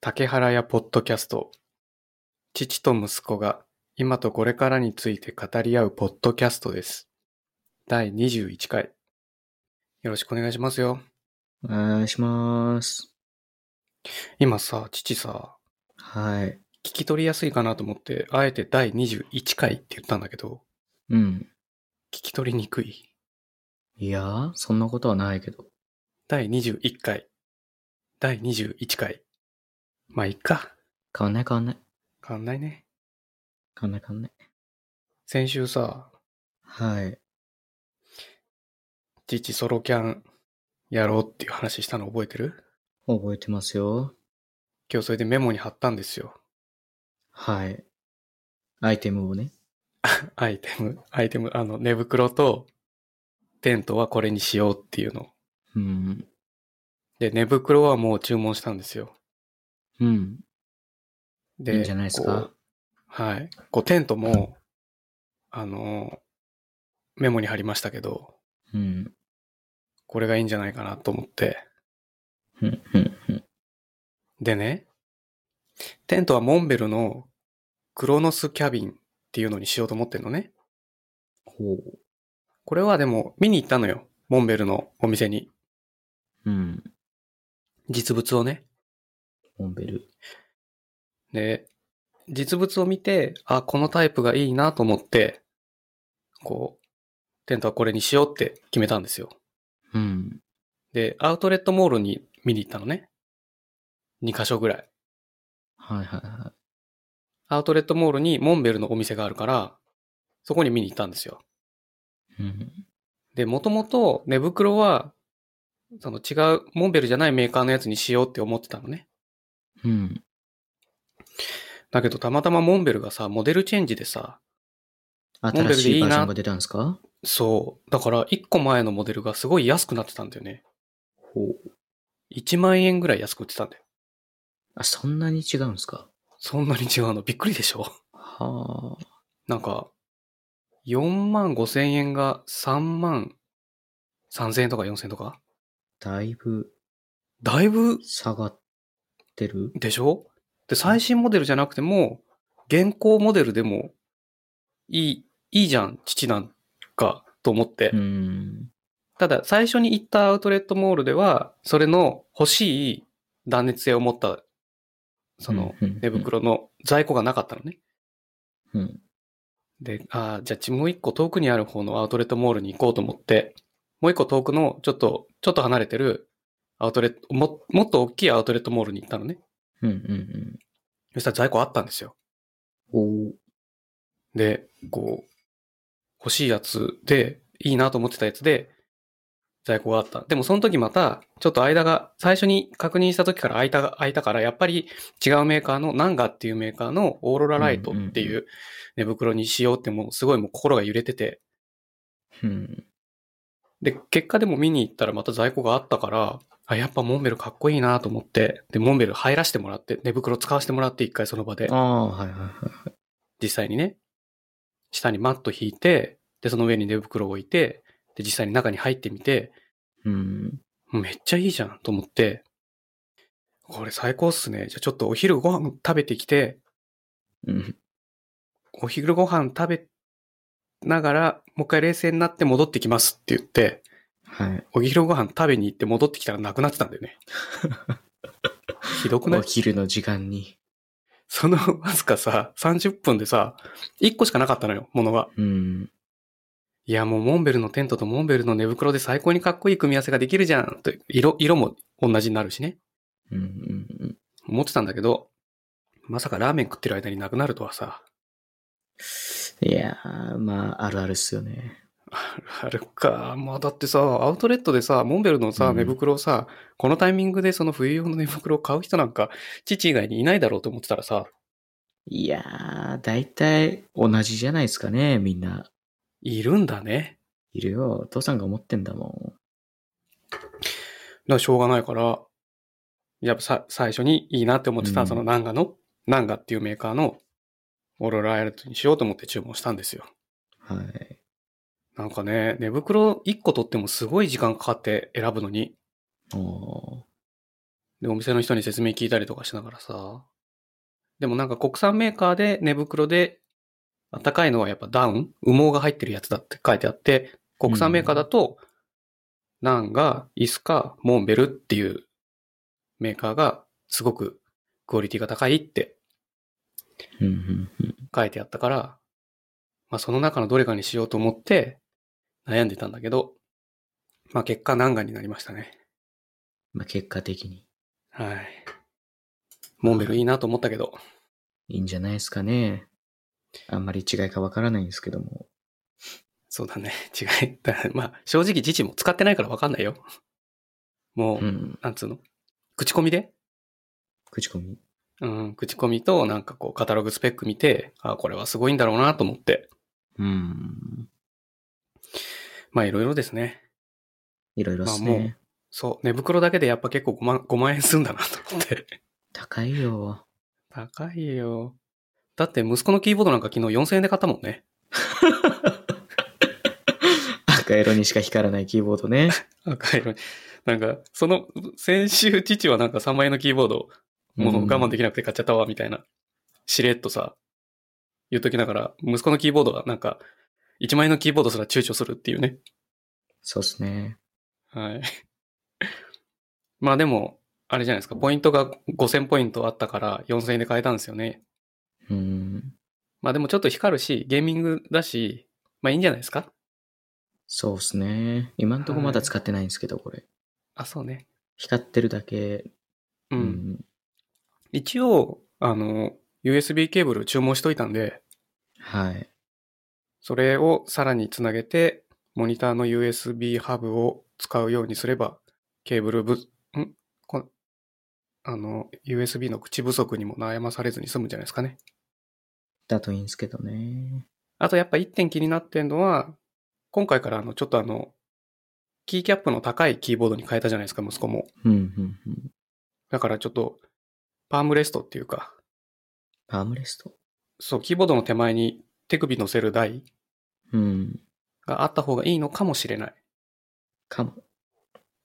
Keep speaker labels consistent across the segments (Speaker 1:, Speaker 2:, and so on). Speaker 1: 竹原屋ポッドキャスト父と息子が今とこれからについて語り合うポッドキャストです。第21回。よろしくお願いしますよ。
Speaker 2: お願いします。
Speaker 1: 今さ、父さ、
Speaker 2: はい。
Speaker 1: 聞き取りやすいかなと思って、あえて第21回って言ったんだけど、
Speaker 2: うん。
Speaker 1: 聞き取りにくい。
Speaker 2: いやー、そんなことはないけど。
Speaker 1: 第21回。第21回。まあ、いっか。
Speaker 2: 変わんない変わんない。
Speaker 1: 変わんないね。
Speaker 2: 変わんない変わんない。
Speaker 1: 先週さ、
Speaker 2: はい。
Speaker 1: 父ソロキャンやろうっていう話したの覚えてる
Speaker 2: 覚えてますよ。
Speaker 1: 今日それでメモに貼ったんですよ。
Speaker 2: はい。アイテムをね。
Speaker 1: アイテム、アイテム、あの、寝袋とテントはこれにしようっていうの。
Speaker 2: うん。
Speaker 1: で、寝袋はもう注文したんですよ。
Speaker 2: うん。
Speaker 1: で、
Speaker 2: いいんじゃないです
Speaker 1: こ
Speaker 2: か
Speaker 1: うはい。こう、テントも、あの、メモに貼りましたけど、
Speaker 2: うん。
Speaker 1: これがいいんじゃないかなと思って。
Speaker 2: うん。うん。うん
Speaker 1: でね、テントはモンベルのクロノスキャビンっていうのにしようと思ってんのね。
Speaker 2: ほう。
Speaker 1: これはでも見に行ったのよ。モンベルのお店に。
Speaker 2: うん。
Speaker 1: 実物をね。
Speaker 2: モンベル。
Speaker 1: で、実物を見て、あ、このタイプがいいなと思って、こう、テントはこれにしようって決めたんですよ。
Speaker 2: うん。
Speaker 1: で、アウトレットモールに見に行ったのね。2箇所ぐらい。
Speaker 2: はいはいは
Speaker 1: アウトレットモールにモンベルのお店があるから、そこに見に行ったんですよ。
Speaker 2: い。うん。
Speaker 1: で、もともと寝袋は、その違う、モンベルじゃないメーカーのやつにしようって思ってたのね。
Speaker 2: うん。
Speaker 1: だけどたまたまモンベルがさ、モデルチェンジでさ、ベル
Speaker 2: 新
Speaker 1: で
Speaker 2: し
Speaker 1: い
Speaker 2: い
Speaker 1: いな
Speaker 2: バージョンが出たんですか
Speaker 1: そう。だから1個前のモデルがすごい安くなってたんだよね。
Speaker 2: ほう。
Speaker 1: 1万円ぐらい安く売ってたんだよ。
Speaker 2: あ、そんなに違うんですか
Speaker 1: そんなに違うの びっくりでしょ
Speaker 2: はあ。
Speaker 1: なんか、4万5千円が3万3千円とか4千円とか
Speaker 2: だいぶ
Speaker 1: だいぶ
Speaker 2: 下がってる
Speaker 1: でしょで、最新モデルじゃなくても、現行モデルでも、いい、いいじゃん、父なんか、と思って。
Speaker 2: うん。
Speaker 1: ただ、最初に行ったアウトレットモールでは、それの欲しい断熱性を持った、その、
Speaker 2: うん、うん
Speaker 1: 寝。袋の在庫がなかったのね。
Speaker 2: うん。
Speaker 1: で、ああ、じゃあもう一個遠くにある方のアウトレットモールに行こうと思って、もう一個遠くのちょっと、ちょっと離れてるアウトレット、も、もっと大きいアウトレットモールに行ったのね。
Speaker 2: うん。うん。うん。
Speaker 1: そしたら在庫あったんですよ。
Speaker 2: おう
Speaker 1: で、こう、欲しいやつで、いいなと思ってたやつで、在庫があった。でもその時また、ちょっと間が、最初に確認した時から空いた、空いたから、やっぱり違うメーカーの、ナンガっていうメーカーのオーロラライトって
Speaker 2: うん
Speaker 1: い
Speaker 2: うん
Speaker 1: う寝袋にしようってもうすごいもう心が揺れてて、
Speaker 2: うん。
Speaker 1: で、結果でも見に行ったらまた在庫があったから、あ、やっぱモンベルかっこいいなと思って、で、モンベル入らせてもらって、寝袋使わせてもらって、一回その場で
Speaker 2: あ、あ、はいはいはい。
Speaker 1: 実際にね、下にマット引いて、で、その上に寝袋を置いて、で、実際に中に入ってみて、
Speaker 2: うん。
Speaker 1: めっちゃいいじゃんと思って、これ最高っすね。じゃあちょっとお昼ご飯食べてきて、
Speaker 2: うん。
Speaker 1: お昼ご飯食べながら、もう一回冷静になって戻ってきますって言って、
Speaker 2: はい。
Speaker 1: お昼ご飯食べに行って戻ってきたらなくなってたんだよね。ひどくない
Speaker 2: お昼の時間に。
Speaker 1: そのわずかさ、30分でさ、1個しかなかったのよ、ものが。
Speaker 2: うん。
Speaker 1: いや、もうモンベルのテントとモンベルの寝袋で最高にかっこいい組み合わせができるじゃんと、色、色も同じになるしね。
Speaker 2: うん。うん。
Speaker 1: 思ってたんだけど、まさかラーメン食ってる間になくなるとはさ、
Speaker 2: いやー、まあ、あるあるっすよね。
Speaker 1: あるか。まあだってさ、アウトレットでさ、モンベルのさ、
Speaker 2: うん
Speaker 1: 寝袋をさ、このタイミングでその冬用の寝袋を買う人なんか、父以外にいないだろうと思ってたらさ、
Speaker 2: いやー、だいたい同じじゃないですかね、みんな。
Speaker 1: いるんだね。
Speaker 2: いるよ。お父さんが思ってんだも
Speaker 1: だからしょうがないから、やっぱさ、最初にいいなって思ってた、
Speaker 2: うん
Speaker 1: そのナンガの、ナンガっていうメーカーの、オーロラアイラットにしようと思って注文したんですよ。
Speaker 2: ん。はい。
Speaker 1: なんかね、寝袋1個取ってもすごい時間かかって選ぶのに。
Speaker 2: お
Speaker 1: で、お店の人に説明聞いたりとかしながらさ。でもなんか国産メーカーで寝袋で、あったかいのはやっぱダウン羽毛が入ってるやつだって書いてあって、国産メーカーだと、ナンがイスかモンベルっていうメーカーがすごくクオリティが高いって
Speaker 2: うんうんうん
Speaker 1: 書いてあったから、まあその中のどれかにしようと思って悩んでたんだけど、まあ結果ナンガになりましたね。
Speaker 2: まあ、結果的に
Speaker 1: はい。モンベルいいなと思ったけど。
Speaker 2: いいんじゃないですかね。あんまり違いかわからないんですけども。
Speaker 1: そうだね。 違い。だまあ正直父も使ってないからわかんないよ。もう、
Speaker 2: うん。
Speaker 1: なんつうの口コミで
Speaker 2: 口コミ。
Speaker 1: うん、口コミとなんかこうカタログスペック見て、あこれはすごいんだろうなと思って。
Speaker 2: うん。
Speaker 1: まあいろいろですね。
Speaker 2: いろいろです
Speaker 1: まあも
Speaker 2: ね。
Speaker 1: そう、寝袋だけでやっぱ結構5万 ,5 万円すんだなと思って。
Speaker 2: 高いよ。
Speaker 1: 高いよ。だって息子のキーボードなんか昨日4000円で買ったもんね。
Speaker 2: 赤色にしか光らないキーボードね。
Speaker 1: 赤色に。なんか、その、先週父はなんか3万円のキーボード、 もう我慢できなくて買っちゃったわ、みたいな。しれっとさ、言っときながら、息子のキーボードがなんか、1万円のキーボードすら躊躇するっていうね。
Speaker 2: そうですね。
Speaker 1: はい。 まあでも、あれじゃないですか、ポイントが5000ポイントあったから4000円で買えたんですよね。
Speaker 2: うん。
Speaker 1: まあでもちょっと光るし、ゲーミングだし、まあいいんじゃないですか
Speaker 2: そうですね。今んとこまだ使ってないんですけど、これ。
Speaker 1: あ、そうね。
Speaker 2: 光ってるだけ。
Speaker 1: う。
Speaker 2: うんん。
Speaker 1: 一応、あの、USB ケーブル注文しといたんで、
Speaker 2: はい。
Speaker 1: それをさらにつなげて、モニターの USB ハブを使うようにすれば、ケーブルぶ、んこあの、USB の口不足にも悩まされずに済むんじゃないですかね。
Speaker 2: だといいんですけどね。
Speaker 1: あとやっぱ一点気になってんのは、今回からあの、ちょっとあの、キーキャップの高いキーボードに変えたじゃないですか、息子も。
Speaker 2: うん、うん、うん。
Speaker 1: だからちょっと、パームレストっていうか、
Speaker 2: パームレスト。
Speaker 1: そう、キーボードの手前に手首乗せる台
Speaker 2: うん。
Speaker 1: があった方がいいのかもしれない。
Speaker 2: かも。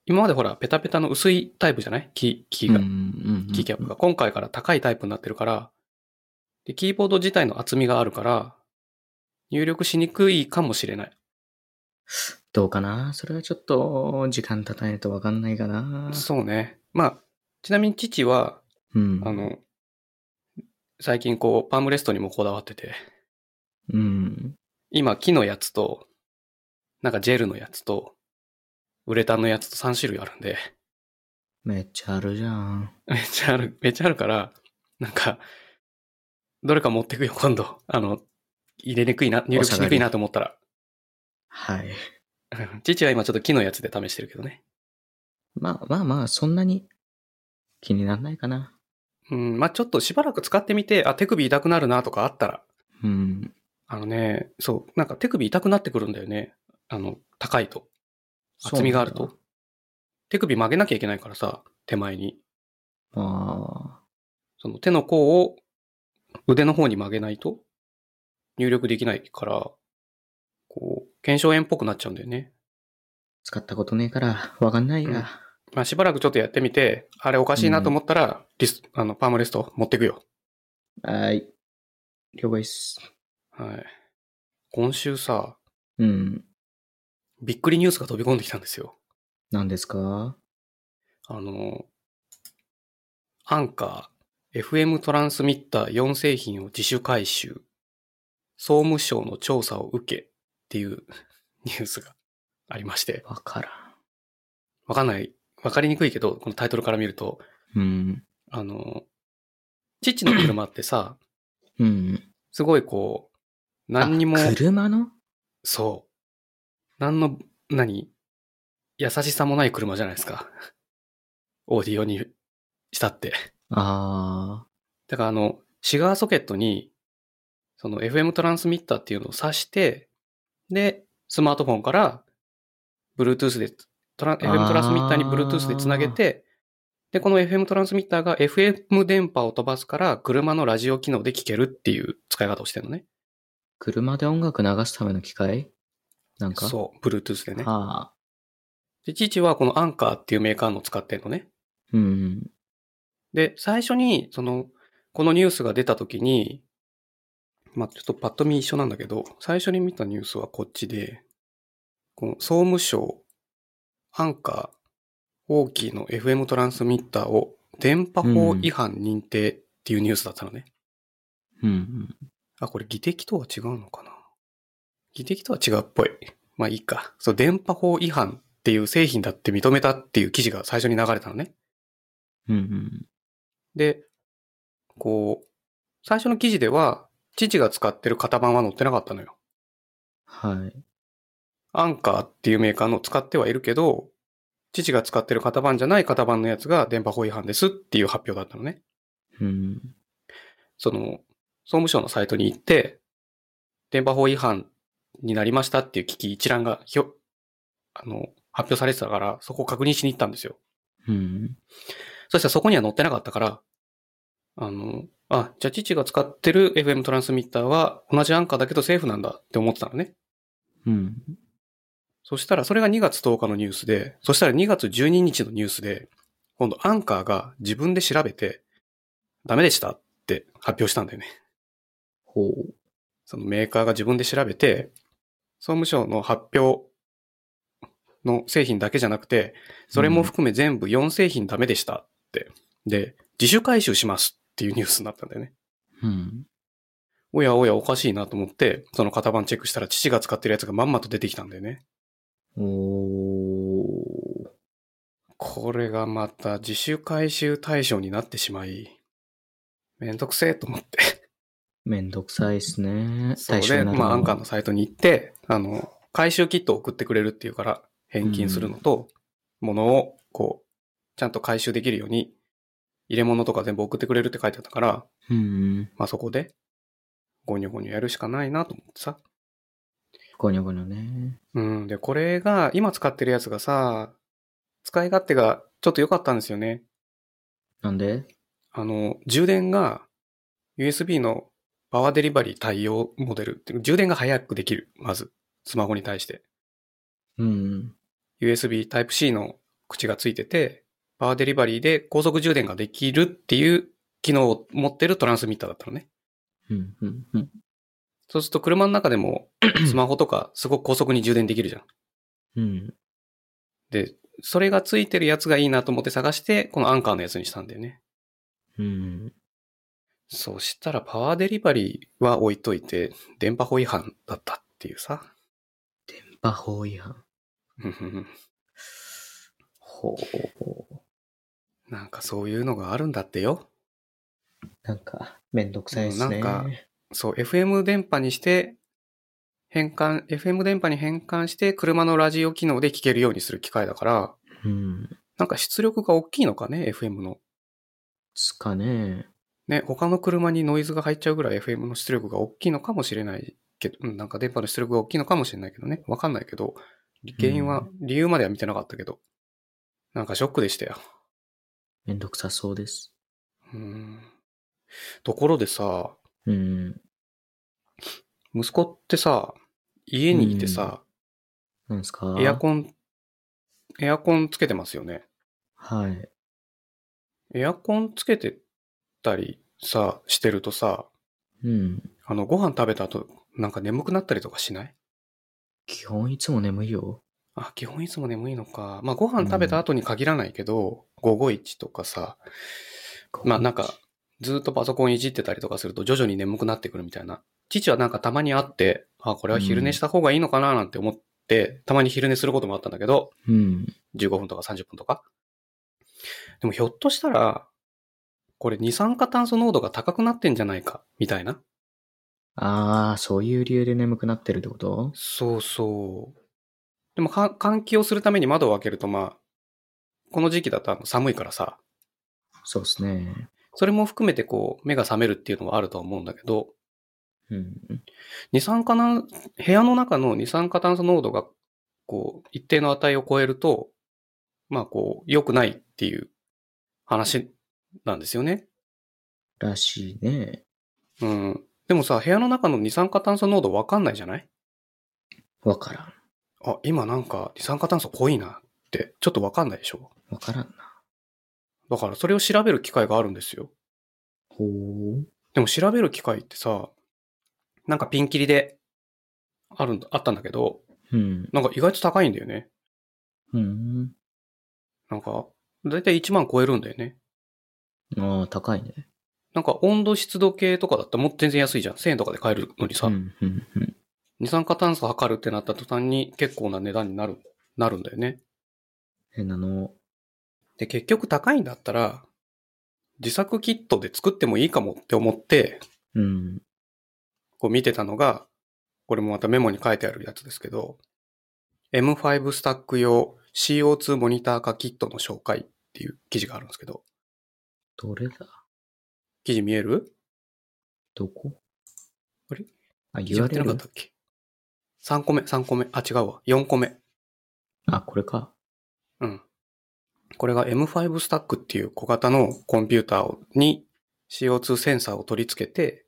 Speaker 1: 今までほら、ペタペタの薄いタイプじゃないキー、キー
Speaker 2: うん、う
Speaker 1: が、
Speaker 2: んうん。
Speaker 1: キーキャップが。今回から高いタイプになってるから、で、キーボード自体の厚みがあるから、入力しにくいかもしれない。
Speaker 2: どうかなそれはちょっと、時間経たないとわかんないかな
Speaker 1: そうね。まあ、ちなみに父は、
Speaker 2: うん。
Speaker 1: あの、最近こう、パームレストにもこだわってて、
Speaker 2: うん。
Speaker 1: 今木のやつと、なんかジェルのやつと、ウレタンのやつと3種類あるんで、
Speaker 2: めっちゃあるじゃん。
Speaker 1: めっちゃある、めっちゃあるから、なんか、どれか持ってくよ、今度。あの、入れにくいな、入力しにくいなと思ったら。
Speaker 2: はい。
Speaker 1: 父は今ちょっと木のやつで試してるけどね。
Speaker 2: まあまあまあ、そんなに気にならないかな。
Speaker 1: うん、まあちょっとしばらく使ってみて、あ、手首痛くなるなとかあったら、
Speaker 2: うん。
Speaker 1: あのね、そう、なんか手首痛くなってくるんだよね。あの、高いと。
Speaker 2: そう
Speaker 1: 厚みがあると。手首曲げなきゃいけないからさ、手前に。
Speaker 2: ああ。
Speaker 1: その手の甲を腕の方に曲げないと入力できないから、こう、腱鞘炎っぽくなっちゃうんだよね。
Speaker 2: 使ったことねえから、わかんないや。
Speaker 1: まあしばらくちょっとやってみて、あれおかしいなと思ったら、リス、あの、パームレスト持ってくよ。
Speaker 2: はーい。了解っす。
Speaker 1: はい。今週さ、
Speaker 2: うん。
Speaker 1: びっくりニュースが飛び込んできたんですよ。
Speaker 2: 何ですか
Speaker 1: あの、アンカー、FM トランスミッター4製品を自主回収、総務省の調査を受けっていう ニュースがありまして、
Speaker 2: わから
Speaker 1: わかんない、わかりにくいけど、このタイトルから見ると、
Speaker 2: ん。うん。
Speaker 1: あの、父の車ってさ、
Speaker 2: うん。
Speaker 1: すごいこう、何にも、
Speaker 2: あ車の
Speaker 1: そう、何の、何、優しさもない車じゃないですか。 オーディオにしたって。
Speaker 2: ああ。
Speaker 1: だからあの、シガーソケットに、その FM トランスミッターっていうのを挿して、で、スマートフォンから、Bluetooth で、トラン FM トランスミッターに Bluetooth でつなげて、で、この FM トランスミッターが FM 電波を飛ばすから、車のラジオ機能で聞けるっていう使い方をしてるのね。
Speaker 2: 車で音楽流すための機械なんか
Speaker 1: そう、Bluetooth でね。
Speaker 2: ああ。
Speaker 1: で、父はこのアンカーっていうメーカーのを使ってるのね。
Speaker 2: うん。
Speaker 1: で、最初に、その、このニュースが出た時に、まあ、ちょっとパッと見一緒なんだけど、最初に見たニュースはこっちで、この総務省、アンカー、オーキーの FM トランスミッターを電波法違反認定っていうニュースだったのね。
Speaker 2: うん。
Speaker 1: あ、これ議的とは違うのかな議的とは違うっぽい。まあいいか。そう、電波法違反っていう製品だって認めたっていう記事が最初に流れたのね。
Speaker 2: うん。うん。
Speaker 1: で、こう、最初の記事では、父が使ってる型番は載ってなかったのよ。
Speaker 2: はい。
Speaker 1: アンカーっていうメーカーの使ってはいるけど、父が使ってる型番じゃない型番のやつが電波法違反ですっていう発表だったのね。
Speaker 2: うん。
Speaker 1: その、総務省のサイトに行って、電波法違反になりましたっていう危機一覧がひょ、あの、発表されてたから、そこを確認しに行ったんですよ。
Speaker 2: うん。
Speaker 1: そしたらそこには載ってなかったから、あの、あ、じゃあ父が使ってる FM トランスミッターは同じアンカーだけどセーフなんだって思ってたのね。
Speaker 2: うん。
Speaker 1: そしたらそれが2月10日のニュースで、そしたら2月12日のニュースで、今度アンカーが自分で調べて、ダメでしたって発表したんだよね。
Speaker 2: ほ
Speaker 1: そのメーカーが自分で調べて、総務省の発表の製品だけじゃなくて、それも含め全部4製品ダメでしたって。で、自主回収しますっていうニュースになったんだよね。
Speaker 2: う。うん。
Speaker 1: おやおやおかしいなと思って、その型番チェックしたら父が使ってるやつがまんまと出てきたんだよね。
Speaker 2: おー。
Speaker 1: これがまた自主回収対象になってしまい、めんどくせえと思って。
Speaker 2: めんどくさいっすね。
Speaker 1: そう
Speaker 2: 象
Speaker 1: で、
Speaker 2: になるの
Speaker 1: ま
Speaker 2: は
Speaker 1: あ、アンカーのサイトに行って、あの、回収キットを送ってくれるっていうから、返金するのと、物を、こう、ちゃんと回収できるように、入れ物とか全部送ってくれるって書いてあったから、
Speaker 2: うん。
Speaker 1: まあそこで、ゴニョゴニョやるしかないなと思ってさ。
Speaker 2: ごにょごにょね。
Speaker 1: うん。で、これが、今使ってるやつがさ、使い勝手がちょっと良かったんですよね。
Speaker 2: なんで
Speaker 1: あの、充電が、USB のパワーデリバリー対応モデルっていう、充電が早くできる。まず、スマホに対して。
Speaker 2: うん。
Speaker 1: USB Type-C の口がついてて、パワーデリバリーで高速充電ができるっていう機能を持ってるトランスミッターだったのね。
Speaker 2: うん。うん。うん。
Speaker 1: そうすると車の中でもスマホとかすごく高速に充電できるじゃん。
Speaker 2: うん。
Speaker 1: で、それがついてるやつがいいなと思って探して、このアンカーのやつにしたんだよね。
Speaker 2: うん。
Speaker 1: そしたらパワーデリバリーは置いといて、電波法違反だったっていうさ。
Speaker 2: 馬法違反。
Speaker 1: うんうんうん
Speaker 2: ほう。
Speaker 1: なんかそういうのがあるんだってよ。
Speaker 2: なんか、めんどくさいっすね。
Speaker 1: うんなんかそう、FM 電波にして、変換、FM 電波に変換して、車のラジオ機能で聞けるようにする機械だから、
Speaker 2: うん。
Speaker 1: なんか出力が大きいのかね、FM の。
Speaker 2: つかね。
Speaker 1: ね、他の車にノイズが入っちゃうぐらい FM の出力が大きいのかもしれないけど、うんなんか電波の出力が大きいのかもしれないけどね、わかんないけど、原因は、理由までは見てなかったけど、なんかショックでしたよ。
Speaker 2: めんどくさそうです。
Speaker 1: うん。ところでさ、
Speaker 2: うん。
Speaker 1: 息子ってさ、家にいてさ、
Speaker 2: なんすか
Speaker 1: エアコン、エアコンつけてますよね。
Speaker 2: はい。
Speaker 1: エアコンつけてたりさ、してるとさ、
Speaker 2: うん。
Speaker 1: あの、ご飯食べた後、なんか眠くなったりとかしない
Speaker 2: 基本いつも眠いよ。
Speaker 1: あ、基本いつも眠いのか。まあ、ご飯食べた後に限らないけど、午後一とかさ、まあ、なんか、ずっとパソコンいじってたりとかすると徐々に眠くなってくるみたいな。父はなんかたまにあって、あ、これは昼寝した方がいいのかななんて思って、たまに昼寝することもあったんだけど、
Speaker 2: うん。
Speaker 1: 15分とか30分とか。でもひょっとしたら、これ二酸化炭素濃度が高くなってんじゃないか、みたいな。
Speaker 2: ああ、そういう理由で眠くなってるってこと
Speaker 1: そうそう。でもか換気をするために窓を開けるとまあ、この時期だとあの寒いからさ、
Speaker 2: そうですね。
Speaker 1: それも含めてこう、目が覚めるっていうのはあるとは思うんだけど、
Speaker 2: うん。
Speaker 1: 二酸化な、部屋の中の二酸化炭素濃度が、こう、一定の値を超えると、まあこう、良くないっていう話なんですよね。
Speaker 2: らしいね。
Speaker 1: うん。でもさ、部屋の中の二酸化炭素濃度わかんないじゃない
Speaker 2: わからん。
Speaker 1: あ、今なんか二酸化炭素濃いなって、ちょっとわかんないでしょ
Speaker 2: わからんな。
Speaker 1: だからそれを調べる機会があるんですよ。
Speaker 2: ほう。
Speaker 1: でも調べる機会ってさ、なんかピンキリであるんだ、あったんだけど、
Speaker 2: うん。
Speaker 1: なんか意外と高いんだよね。
Speaker 2: うん。
Speaker 1: なんか、だいたい1万超えるんだよね。
Speaker 2: ああ、高いね。
Speaker 1: なんか温度湿度計とかだったらもっと全然安いじゃん。1000円とかで買えるのにさ、
Speaker 2: うん、うん、うん。
Speaker 1: 二酸化炭素測るってなった途端に結構な値段になる、なるんだよね。
Speaker 2: 変なの。
Speaker 1: で、結局高いんだったら、自作キットで作ってもいいかもって思って、
Speaker 2: うん。
Speaker 1: こう見てたのが、これもまたメモに書いてあるやつですけど、M5 スタック用 CO2 モニター化キットの紹介っていう記事があるんですけど、
Speaker 2: どれだ
Speaker 1: 記事見える
Speaker 2: どこ
Speaker 1: あれ
Speaker 2: あ、
Speaker 1: 記事やってなか
Speaker 2: URL?
Speaker 1: ったっけ ?3 個目、3個目。あ、違うわ。4個目。
Speaker 2: あ、これか。
Speaker 1: うん。これが M5 スタックっていう小型のコンピューターをに CO2 センサーを取り付けて、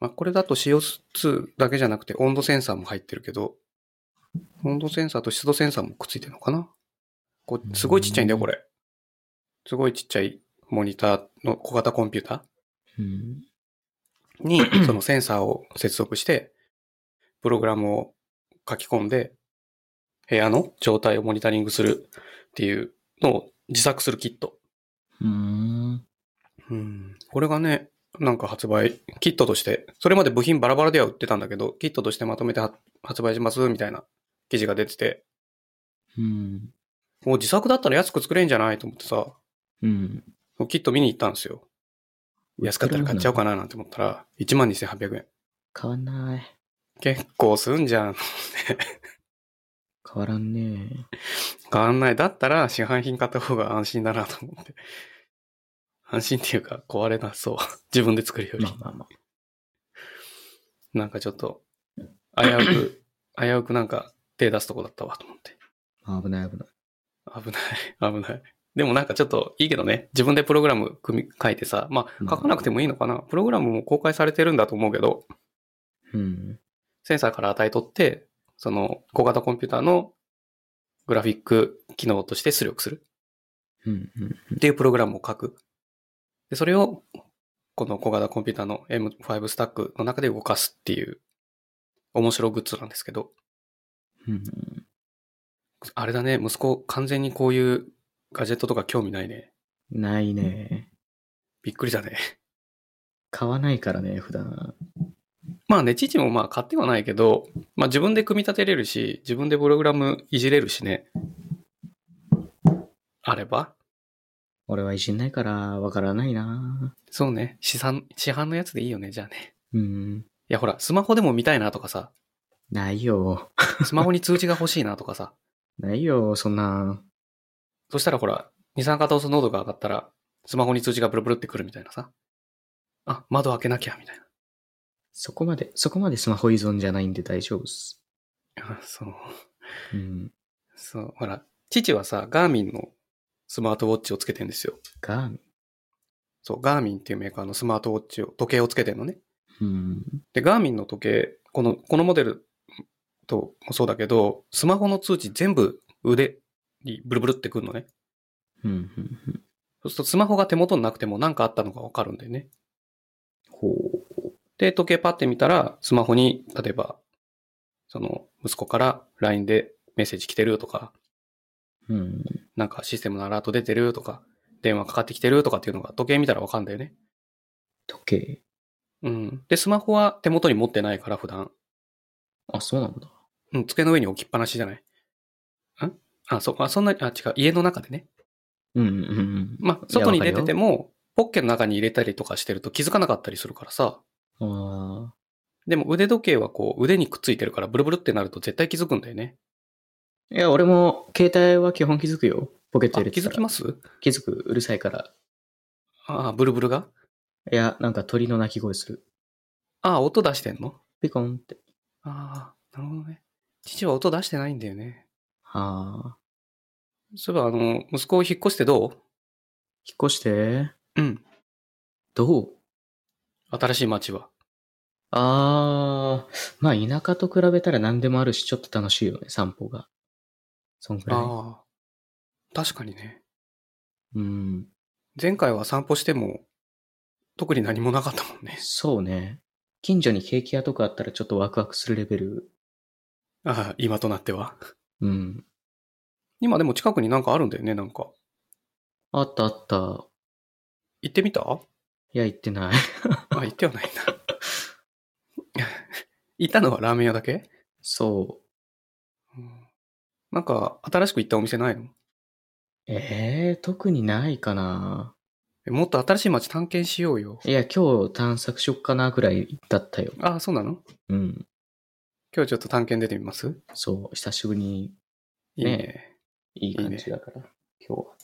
Speaker 1: まあ、これだと CO2 だけじゃなくて温度センサーも入ってるけど、温度センサーと湿度センサーもくっついてるのかなこうすごいちっちゃいんだよ、これ。すごいちっちゃいモニターの小型コンピューター
Speaker 2: うん。
Speaker 1: に、 そのセンサーを接続して、プログラムを書き込んで、部屋の状態をモニタリングするっていうのを自作するキット。
Speaker 2: うーん。
Speaker 1: うん。これがね、なんか発売、キットとして、それまで部品バラバラでは売ってたんだけど、キットとしてまとめては発売しますみたいな記事が出てて、
Speaker 2: うん。
Speaker 1: もう自作だったら安く作れんじゃないと思ってさ、
Speaker 2: うん。
Speaker 1: キット見に行ったんですよ。安かったら買っちゃおうかななんて思ったら、12,800円。
Speaker 2: 変わんない。
Speaker 1: 結構すんじゃん。
Speaker 2: 変わらんね
Speaker 1: 変わんない。だったら、市販品買った方が安心だなと思って。安心っていうか、壊れなそう。 自分で作るより
Speaker 2: まあ。まあまあ。
Speaker 1: なんかちょっと、危うく、 危うくなんか手出すとこだったわと思って。
Speaker 2: まあ危ない危ない。
Speaker 1: 危ない、危ない。でもなんかちょっといいけどね。自分でプログラム組み書いてさ、まあ、
Speaker 2: まあ
Speaker 1: 書かなくてもいいのかな。プログラムも公開されてるんだと思うけど、
Speaker 2: うん。
Speaker 1: センサーから与え取って、その小型コンピューターのグラフィック機能として出力する。
Speaker 2: うん。うん。
Speaker 1: っていうプログラムを書く。で、それを、この小型コンピューターの M5 スタックの中で動かすっていう、面白グッズなんですけど、
Speaker 2: うん。
Speaker 1: あれだね、息子完全にこういうガジェットとか興味ないね。
Speaker 2: ないね。
Speaker 1: びっくりだね。
Speaker 2: 買わないからね、普段。
Speaker 1: まあね、父もまあ買ってはないけど、まあ自分で組み立てれるし、自分でプログラムいじれるしね。あれば
Speaker 2: 俺はいじんないから、わからないな
Speaker 1: そうね、市販、市販のやつでいいよね、じゃあね。
Speaker 2: うん。
Speaker 1: いやほら、スマホでも見たいなとかさ、
Speaker 2: ないよ。
Speaker 1: スマホに通知が欲しいなとかさ、
Speaker 2: ないよ、そんな。
Speaker 1: そしたらほら、二酸化炭素濃度が上がったら、スマホに通知がブルブルってくるみたいなさ。あ、窓開けなきゃ、みたい
Speaker 2: そこまで、そこまでスマホ依存じゃないんで大丈夫っす。
Speaker 1: な。あ そう。
Speaker 2: うん。
Speaker 1: そう。ほら、父はさ、ガーミンのスマートウォッチをつけてんですよ。
Speaker 2: ガーミ
Speaker 1: そう、ガーミンっていうメーカーのスマートウォッチを、時計をつけてんのね。
Speaker 2: うん。
Speaker 1: で、ガーミンの時計、この、このモデルともそうだけど、スマホの通知全部腕にブルブルってくるのね。
Speaker 2: うん。うん。うん
Speaker 1: そうするとスマホが手元になくても何かあったのがわかるんだよね。
Speaker 2: ほ
Speaker 1: で、時計パッて見たら、スマホに、例えば、その、息子から LINE でメッセージ来てるとか、
Speaker 2: う。うん。
Speaker 1: なんかシステムのアラート出てるとか、電話かかってきてるとかっていうのが時計見たらわかんだよね。
Speaker 2: 時計。
Speaker 1: うん。で、スマホは手元に持ってないから普段。
Speaker 2: あ、そうなんだ。
Speaker 1: うん、机の上に置きっぱなしじゃない。んあ、そう、あ、そんな、あ、違う、家の中でね。
Speaker 2: うん。うんうん。
Speaker 1: まあ、外に出てても、ポッケの中に入れたりとかしてると気づかなかったりするからさ。
Speaker 2: ああ。
Speaker 1: でも腕時計はこう、腕にくっついてるからブルブルってなると絶対気づくんだよね。
Speaker 2: いや、俺も、携帯は基本気づくよ。ポケット
Speaker 1: あ
Speaker 2: 入れ
Speaker 1: 気
Speaker 2: てた
Speaker 1: づ
Speaker 2: ら。
Speaker 1: きます
Speaker 2: 気づく。うるさいから。
Speaker 1: ああ、ブルブルが
Speaker 2: いや、なんか鳥の鳴き声する。
Speaker 1: ああ、音出してんの
Speaker 2: ピコンって。
Speaker 1: ああ、なるほどね。父は音出してないんだよね。
Speaker 2: はあ。
Speaker 1: そういえば、あの、息子を引っ越してど
Speaker 2: 引っ越して。
Speaker 1: ううん。
Speaker 2: どう
Speaker 1: 新しい町は。
Speaker 2: ああ、まあ田舎と比べたら何でもあるし、ちょっと楽しいよね、散歩が。そんくらい。
Speaker 1: ああ。確かにね。
Speaker 2: うん。
Speaker 1: 前回は散歩しても、特に何もなかったもんね。
Speaker 2: そうね。近所にケーキ屋とかあったらちょっとワクワクするレベル。
Speaker 1: ああ、今となっては。
Speaker 2: うん。
Speaker 1: 今でも近くになんかあるんだよね、なんか。
Speaker 2: あったあった。
Speaker 1: 行ってみたあ、
Speaker 2: いや、行ってない。
Speaker 1: 行ってはないんだ。 行ったのはラーメン屋だけ
Speaker 2: そ
Speaker 1: う
Speaker 2: う。
Speaker 1: んなんか、新しく行ったお店ないの
Speaker 2: ええ特にないかな。
Speaker 1: えもっと新しい街探検しようよ。
Speaker 2: いや、今日探索しよっかなぐらいだったよ。
Speaker 1: ああ、そうなの
Speaker 2: うん。
Speaker 1: 今日ちょっと探検出てみます
Speaker 2: そう、久しぶりに
Speaker 1: いいね。
Speaker 2: いい
Speaker 1: いいね
Speaker 2: 感じだから、今日は。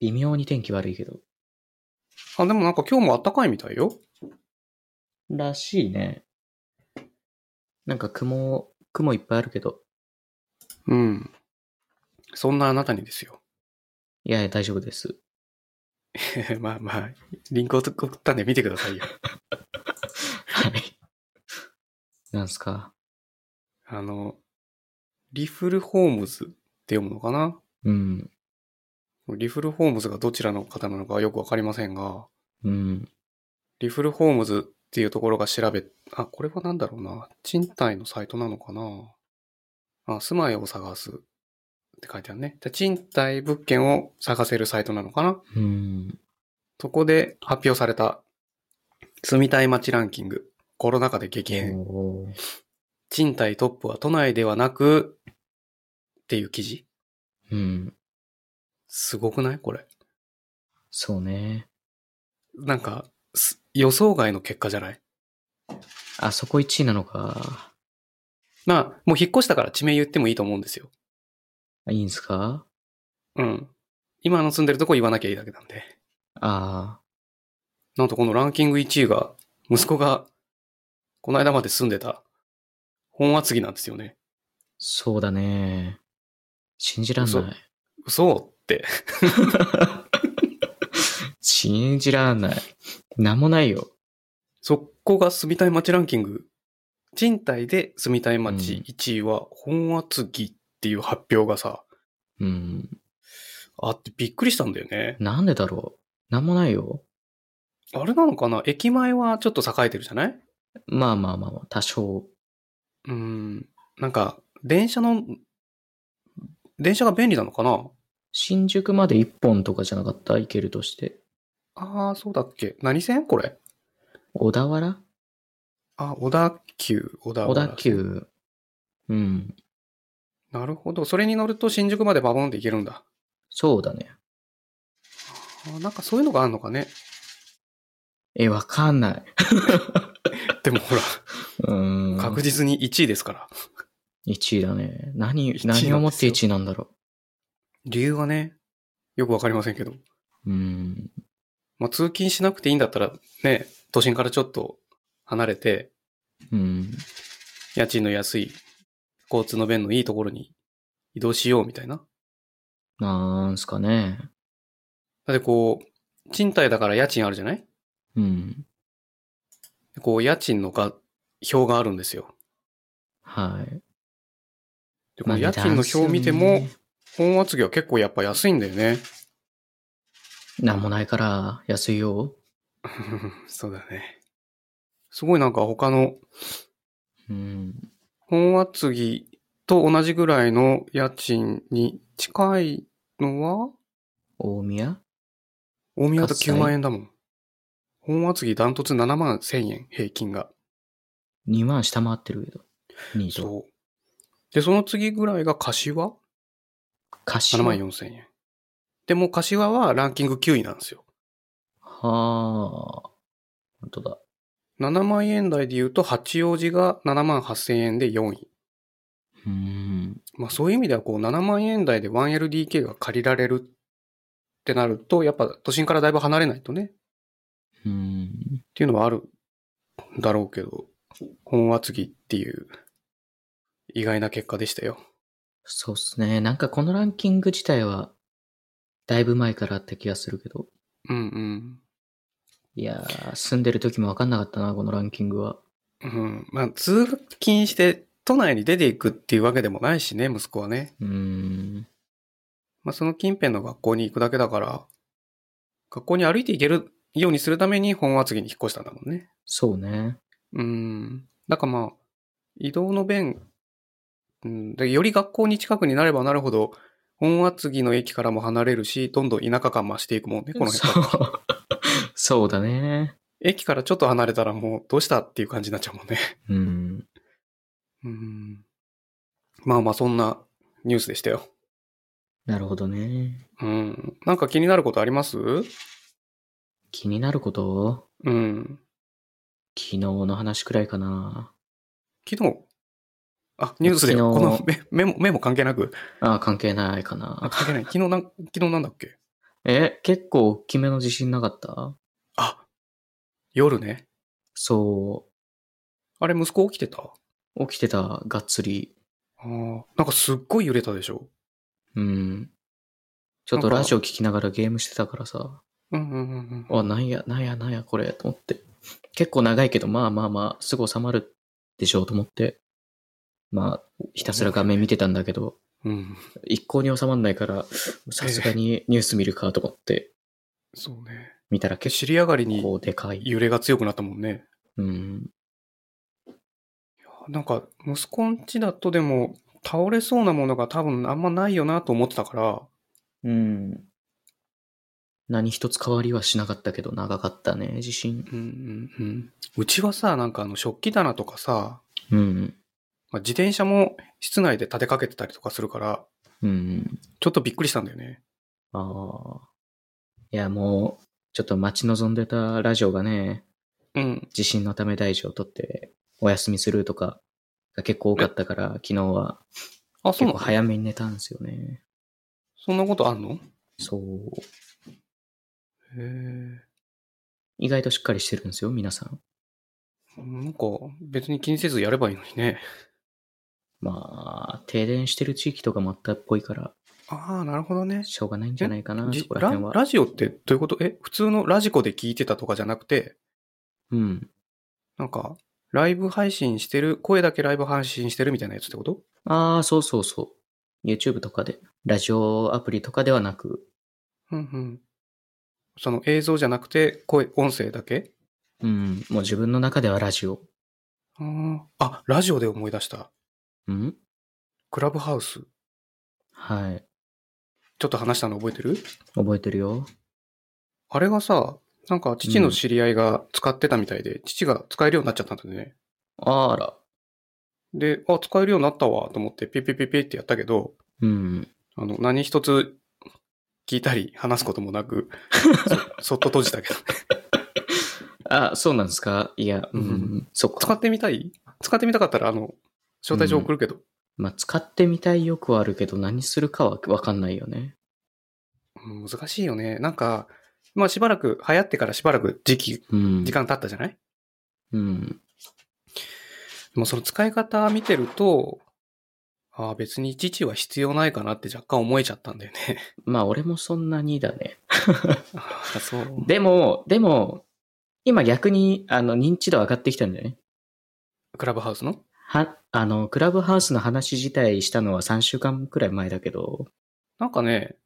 Speaker 2: 微妙に天気悪いけど。
Speaker 1: あ、でもなんか今日も暖かいみたいよ。
Speaker 2: らしいね。なんか雲、雲いっぱいあるけど。
Speaker 1: うん。そんなあなたにですよ。
Speaker 2: いやいや、大丈夫です。
Speaker 1: まあまあ、リンクを送ったんで見てくださいよ。
Speaker 2: はい。なんすか。
Speaker 1: あの、リフル・ホームズって読むのかな
Speaker 2: うん。
Speaker 1: リフル・ホームズがどちらの方なのかはよくわかりませんが、
Speaker 2: うん。
Speaker 1: リフル・ホームズっていうところが調べ、あ、これはなんだろうな。賃貸のサイトなのかなあ、住まいを探すって書いてあるね。じゃあ賃貸物件を探せるサイトなのかな
Speaker 2: うん。
Speaker 1: そこで発表された、住みたい街ランキング。コロナ禍で激変。
Speaker 2: おー
Speaker 1: 賃貸トップは都内ではなく、っていう記事。
Speaker 2: うん。
Speaker 1: すごくないこれ。
Speaker 2: そうね。
Speaker 1: なんか、す予想外の結果じゃない
Speaker 2: あそこ1位なのか。
Speaker 1: まあ、もう引っ越したから地名言ってもいいと思うんですよ。
Speaker 2: あいいんすか
Speaker 1: うん。今の住んでるとこ言わなきゃいいだけなんで。
Speaker 2: ああ。
Speaker 1: なんとこのランキング1位が、息子が、この間まで住んでた、本厚木なんですよね。
Speaker 2: そうだね。信じらん
Speaker 1: 嘘
Speaker 2: ない。
Speaker 1: 嘘って。
Speaker 2: 信じらんない。なんもないよ。
Speaker 1: そこが住みたい街ランキング。賃貸で住みたい
Speaker 2: うん
Speaker 1: 街1位は本厚木っていう発表がさ、
Speaker 2: うん。
Speaker 1: あってびっくりしたんだよね。
Speaker 2: なんでだろう。なんもないよ。
Speaker 1: あれなのかな駅前はちょっと栄えてるじゃない
Speaker 2: まあまあまあまあ、多少。
Speaker 1: うん。なんか、電車の、電車が便利なのかな
Speaker 2: 新宿まで1本とかじゃなかった行けるとして。
Speaker 1: ああ、そうだっけ何線これ。
Speaker 2: 小田原
Speaker 1: あ、小田急、小田
Speaker 2: 小
Speaker 1: 原
Speaker 2: 田。急。うん。
Speaker 1: なるほど。それに乗ると新宿までバボンって行けるんだ。
Speaker 2: そうだね。
Speaker 1: あなんかそういうのがあるのかね。
Speaker 2: え、わかんない。
Speaker 1: でもほら、
Speaker 2: うーん。
Speaker 1: 確実に1位ですから。
Speaker 2: 1位だね。何、
Speaker 1: 一位なんですよ
Speaker 2: 何をもって1位なんだろ
Speaker 1: 理由はね、よくわかりませんけど。
Speaker 2: う。うん。
Speaker 1: まあ、通勤しなくていいんだったら、ね、都心からちょっと離れて、
Speaker 2: うん。
Speaker 1: 家賃の安い、交通の便のいいところに移動しようみたいな。
Speaker 2: なんすかね。
Speaker 1: だってこう、賃貸だから家賃あるじゃない
Speaker 2: うん。
Speaker 1: こう、家賃のが、表があるんですよ。
Speaker 2: はい。
Speaker 1: で、この
Speaker 2: まあ
Speaker 1: 家賃の表を見て、も
Speaker 2: 値段っ、すよね
Speaker 1: 本厚木は結構やっぱ安いんだよね。
Speaker 2: なんもないから安いよ。
Speaker 1: そうだね。すごいなんか他の
Speaker 2: うん。
Speaker 1: 本厚木と同じぐらいの家賃に近いのは、
Speaker 2: 大宮
Speaker 1: 大宮と9
Speaker 2: 喝
Speaker 1: 万
Speaker 2: 采
Speaker 1: 円だもん。本厚木ダントツ7万1000円、平均が。
Speaker 2: ?2 万下回ってるけど。2位と。
Speaker 1: そう。で、その次ぐらいが柏
Speaker 2: 柏
Speaker 1: ?7 万4000円。でも柏はランキング9位なんですよ。
Speaker 2: はあ。本当だ。
Speaker 1: 7万円台で言うと八王子が7万8000円で4位。
Speaker 2: うん。
Speaker 1: まあそういう意味ではこう7万円台で 1LDK が借りられるってなると、やっぱ都心からだいぶ離れないとね、
Speaker 2: うん。
Speaker 1: っていうのはあるんだろうけど、本厚木っていう意外な結果でしたよ。
Speaker 2: そうっすね。なんかこのランキング自体は、だいぶ前からあった気がするけど。
Speaker 1: うん
Speaker 2: いやー、住んでる時もわかんなかったな、このランキングは。
Speaker 1: うん。うん。まあ通勤して都内に出ていくっていうわけでもないしね、息子はね。
Speaker 2: うん。
Speaker 1: まあその近辺の学校に行くだけだから、学校に歩いて行けるようにするために本厚木に引っ越したんだもんね。
Speaker 2: そうね。
Speaker 1: うん。だからまあ、移動の便、うん、でより学校に近くになればなるほど、本厚木の駅からも離れるし、どんどん田舎感増していくもんね、この辺
Speaker 2: そ
Speaker 1: は。
Speaker 2: う。 そうだね。
Speaker 1: 駅からちょっと離れたらもうどうしたっていう感じになっちゃうもんね。
Speaker 2: うん。
Speaker 1: うん。まあまあ、そんなニュースでしたよ。
Speaker 2: なるほどね。
Speaker 1: うん。なんか気になることあります
Speaker 2: 気になること
Speaker 1: うん。
Speaker 2: 昨日の話くらいかな。
Speaker 1: 昨日、あ、ニュースで、こ
Speaker 2: 昨日
Speaker 1: のメメモ、メモ関係なく、
Speaker 2: ああ、関係ないか
Speaker 1: あ
Speaker 2: な。
Speaker 1: 関係ない。昨日なん、昨日なんだっけ
Speaker 2: え、結構大きめの地震なかった
Speaker 1: あ、夜ね。
Speaker 2: そ
Speaker 1: あれ、息子起きてた
Speaker 2: う。起きてた、がっつり。
Speaker 1: あーなんかすっごい揺れたでしょ
Speaker 2: うん。ちょっとラジオ聞きながらゲームしてたからさ。
Speaker 1: うんうんうんうん。
Speaker 2: あ、なんや、なんや、なんや、これ、と思って。結構長いけど、まあまあまあ、すぐ収まるでしょうと思って。まあ、ひたすら画面見てたんだけど、
Speaker 1: うん。
Speaker 2: 一向に収まんないから、さすがにニュース見るかと思って、
Speaker 1: そうね。
Speaker 2: 見たら結
Speaker 1: 尻上がりに
Speaker 2: 構でかい。
Speaker 1: 揺れが強くなったもんね。
Speaker 2: うん。
Speaker 1: なんか、息子ん家だとでも、倒れそうなものが多分あんまないよなと思ってたから、
Speaker 2: うん。何一つ変わりはしなかったけど、長かったね、地震。
Speaker 1: うんうんうん。うちはさ、なんかあの、食器棚とかさ、
Speaker 2: うん。
Speaker 1: まあ、自転車も室内で立てかけてたりとかするから、
Speaker 2: うん。
Speaker 1: ちょっとびっくりしたんだよね。
Speaker 2: ああ。いや、もう、ちょっと待ち望んでたラジオがね、
Speaker 1: うん。
Speaker 2: 地震のため大事を取って、お休みするとかが結構多かったから、昨日は
Speaker 1: あ、そう
Speaker 2: 結
Speaker 1: な
Speaker 2: 構
Speaker 1: の
Speaker 2: 早めに寝たんですよね。
Speaker 1: そんなことあんの
Speaker 2: そう。
Speaker 1: へえ。
Speaker 2: 意外としっかりしてるんですよ、皆さん。
Speaker 1: なんか、別に気にせずやればいいのにね。
Speaker 2: まあ、停電してる地域とかもあったっぽいから、
Speaker 1: ああ、なるほどね。
Speaker 2: しょうがないんじゃないかな、
Speaker 1: じ
Speaker 2: そこら
Speaker 1: ラ
Speaker 2: 辺は。
Speaker 1: ラジオってどういうことえ、普通のラジコで聞いてたとかじゃなくて、
Speaker 2: うん。
Speaker 1: なんか、ライブ配信してる、声だけライブ配信してるみたいなやつってこと
Speaker 2: ああ、そうそうそう。YouTube とかで、ラジオアプリとかではなく、
Speaker 1: うんうん。その映像じゃなくて、声、音声だけ
Speaker 2: うん、もう自分の中ではラジオ。
Speaker 1: あーあ、ラジオで思い出した。
Speaker 2: うん
Speaker 1: クラブハウス。
Speaker 2: はい。
Speaker 1: ちょっと話したの覚えてる
Speaker 2: 覚えてるよ。
Speaker 1: あれがさ、なんか父の知り合いが使ってたみたいで、父が使えるようになっちゃったんだよね。
Speaker 2: あら。
Speaker 1: で、あ、使えるようになったわと思って、ピッピッピッピッってやったけど、
Speaker 2: うん。
Speaker 1: あの、何一つ聞いたり話すこともなく、そ そっと閉じたけど。
Speaker 2: あ、そうなんですかいや、うん、
Speaker 1: うん
Speaker 2: そっ
Speaker 1: 使
Speaker 2: か。
Speaker 1: ってみたい使ってみたかったら、あの、招待状送るけど。
Speaker 2: まあ、使ってみたいよくはあるけど、何するかはわかんないよね。
Speaker 1: うん難しいよね。なんか、まあしばらく、流行ってからしばらく時期、
Speaker 2: うん。
Speaker 1: 時間経ったじゃない
Speaker 2: うん。
Speaker 1: でもその使い方見てると、ああ、別に父は必要ないかなって若干思えちゃったんだよね。
Speaker 2: まあ、俺もそんなにだね。
Speaker 1: ああ、そう。
Speaker 2: でも、でも、今逆に、あの、認知度上がってきたんだよね。
Speaker 1: クラブハウスの
Speaker 2: は、あの、クラブハウスの話自体したのは3週間くらい前だけど、
Speaker 1: なんかね、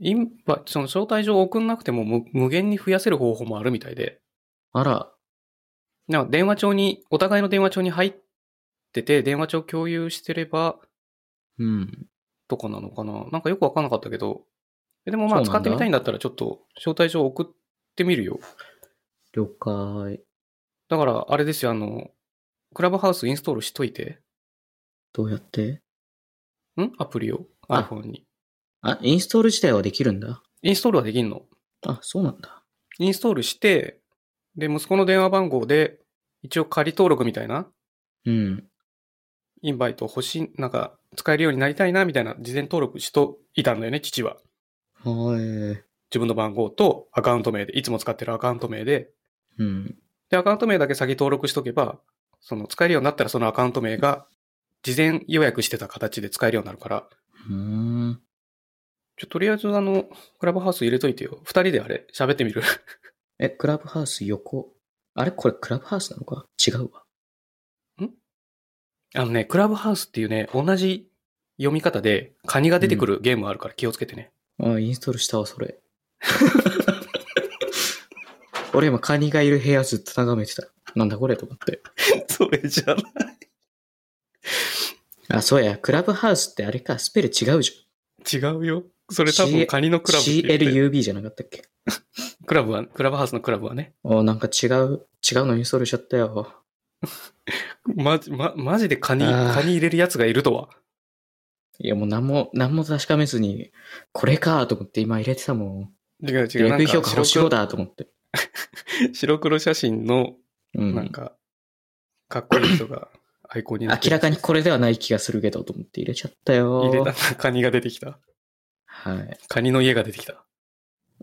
Speaker 1: インパ、その招待状を送んなくても無無限に増やせる方法もあるみたいで、
Speaker 2: あら、
Speaker 1: なんか電話帳に、お互いの電話帳に入ってて、電話帳共有してれば
Speaker 2: うん。
Speaker 1: とかなのかななんかよくわかんなかったけど、えでもまあ
Speaker 2: そうなん
Speaker 1: 使
Speaker 2: だ
Speaker 1: ってみたいんだったらちょっと招待状送ってみるよ。
Speaker 2: 了解。
Speaker 1: だからあれですよ、あの、クラブハウスインストールしといて、
Speaker 2: どうやって
Speaker 1: んアプリを
Speaker 2: あ
Speaker 1: iPhone に。
Speaker 2: あ、インストール自体はできるんだ。
Speaker 1: インストールはできんの。
Speaker 2: あ、そうなんだ。
Speaker 1: インストールして、で、息子の電話番号で、一応仮登録みたいな
Speaker 2: うん。
Speaker 1: インバイト欲しい、なんか使えるようになりたいなみたいな事前登録しといたんだよね、父は。
Speaker 2: はい。
Speaker 1: 自分の番号とアカウント名で、いつも使ってるアカウント名で。
Speaker 2: うん。
Speaker 1: で、アカウント名だけ先登録しとけば、その使えるようになったらそのアカウント名が事前予約してた形で使えるようになるから、
Speaker 2: うーん。
Speaker 1: ちょ、とりあえずあの、クラブハウス入れといてよ。二人であれ、喋ってみる。
Speaker 2: え、クラブハウス横。あれこれクラブハウスなのか違うわ。
Speaker 1: あのね、クラブハウスっていうね、同じ読み方で カニが出てくるゲームあるから気をつけてね。
Speaker 2: あ、インストールしたわ、それ。俺今カニがいる部屋ずっと眺めてた。なんだこれと思って。
Speaker 1: それじゃない。
Speaker 2: あ、そうや、クラブハウスってあれか、スペル違うじ
Speaker 1: 違うよ。それ多分
Speaker 2: C-
Speaker 1: カニの
Speaker 2: ゃん。
Speaker 1: クラブって言って
Speaker 2: CLUB じゃなかったっけ
Speaker 1: クラブは、クラブハウスのクラブはね。
Speaker 2: おなんか違う、違うのインストールしちゃったよ。
Speaker 1: まじ、ま、マジでカニ、
Speaker 2: あー
Speaker 1: カニ入れるやつがいるとは。
Speaker 2: いやもう何も、何も確かめずに、これかと思って今入れてたもん。
Speaker 1: 違う違う。なん
Speaker 2: AV
Speaker 1: か
Speaker 2: 評価
Speaker 1: 白
Speaker 2: 星5
Speaker 1: 黒
Speaker 2: だと思って。
Speaker 1: 白黒写真の、
Speaker 2: う
Speaker 1: なん
Speaker 2: ん。
Speaker 1: か、かっこいい人 がアイコンになって
Speaker 2: 明らかにこれではない気がするけどと思って入れちゃったよ。
Speaker 1: 入れたらカニが出てきた。
Speaker 2: はい。
Speaker 1: カニの家が出てきた。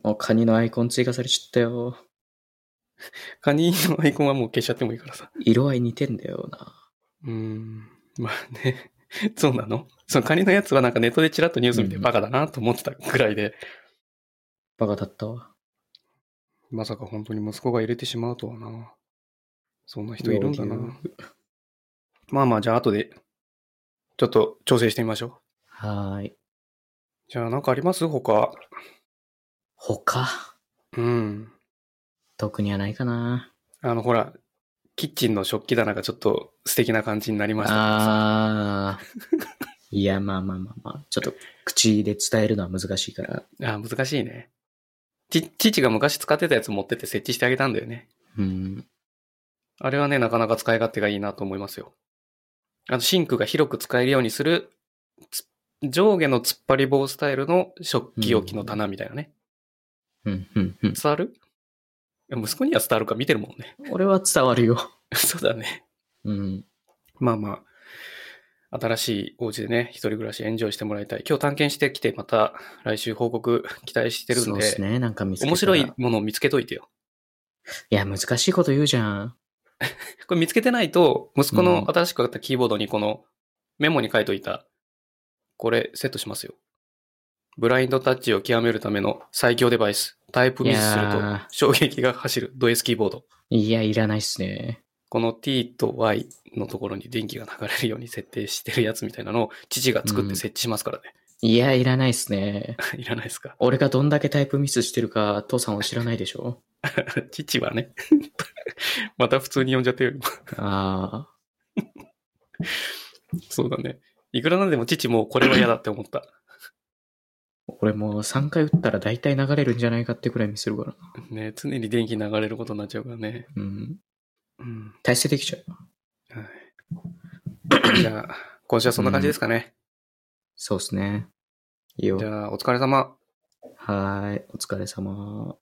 Speaker 2: もうカニのアイコン追加されちゃったよ。
Speaker 1: カニのアイコンはもう消しちゃってもいいからさ。
Speaker 2: 色合い似てんだよな。
Speaker 1: うーん。まあね。 そうなのそのカニのやつはなんかネットでチラッとニュース見て
Speaker 2: うん
Speaker 1: バカだなと思ってたぐらいで、
Speaker 2: バカだったわ。
Speaker 1: まさか本当に息子が入れてしまうとはな。そんな人いるんだな
Speaker 2: どう。いう
Speaker 1: まあまあ、じゃあ後で、ちょっと調整してみましょう。
Speaker 2: はーい。
Speaker 1: じゃあなんかあります他。
Speaker 2: 他、
Speaker 1: うん。
Speaker 2: 特にはないかな。
Speaker 1: あの、ほら、キッチンの食器棚がちょっと素敵な感じになりました。
Speaker 2: ああ。いや、まあまあまあまあ。ちょっと、口で伝えるのは難しいから。
Speaker 1: あー難しいね。ち、父が昔使ってたやつ持ってって設置してあげたんだよね。
Speaker 2: うん。
Speaker 1: あれはね、なかなか使い勝手がいいなと思いますよ。あの、シンクが広く使えるようにする、つ上下の突っ張り棒スタイルの食器置きの棚みたいなね。
Speaker 2: うん、うん、う
Speaker 1: 伝
Speaker 2: ん。
Speaker 1: わるいや息子には伝わるか見てるもんね。
Speaker 2: 俺は伝わるよ。
Speaker 1: そうだね。
Speaker 2: うん。
Speaker 1: まあまあ、新しいお家でね、一人暮らしエンジョイしてもらいたい。今日探検してきて、また来週報告期待してるん
Speaker 2: そう
Speaker 1: で、
Speaker 2: ですね。なんか見つけたら
Speaker 1: 面白
Speaker 2: い
Speaker 1: いものを見つけといてよ。
Speaker 2: や、難しいこと言うじゃん。
Speaker 1: これ見つけてないと、息子の
Speaker 2: うん
Speaker 1: 新しく買ったキーボードにこのメモに書いといた、これセットしますよ。ブラインドタッチを極めるための最強デバイス。タイプミスする
Speaker 2: い
Speaker 1: と
Speaker 2: や
Speaker 1: 衝撃が走るド S キーボード。
Speaker 2: いや、いらないっすね。
Speaker 1: この t と y のところに電気が流れるように設定してるやつみたいなのを父が作って設置しますからね。
Speaker 2: いや、いらないっすね。
Speaker 1: いらないですか。
Speaker 2: 俺がどんだけタイプミスしてるか、父さんは知らないでしょ。
Speaker 1: 父はね。また普通に呼んじゃってる。
Speaker 2: ああ。
Speaker 1: そうだね。いくらなんでも父もこれは嫌だって思った。
Speaker 2: 俺もう3回打ったら大体流れるんじゃないかってくらいミスるからな。
Speaker 1: ね常に電気流れることになっちゃうからね。
Speaker 2: うん。
Speaker 1: うん。
Speaker 2: 体制できちゃう。
Speaker 1: じゃあ、今週はそんな感じですかね。
Speaker 2: そうっすね。いいよ
Speaker 1: じ。ゃあ、お疲れ様。
Speaker 2: はーい。お疲れ様。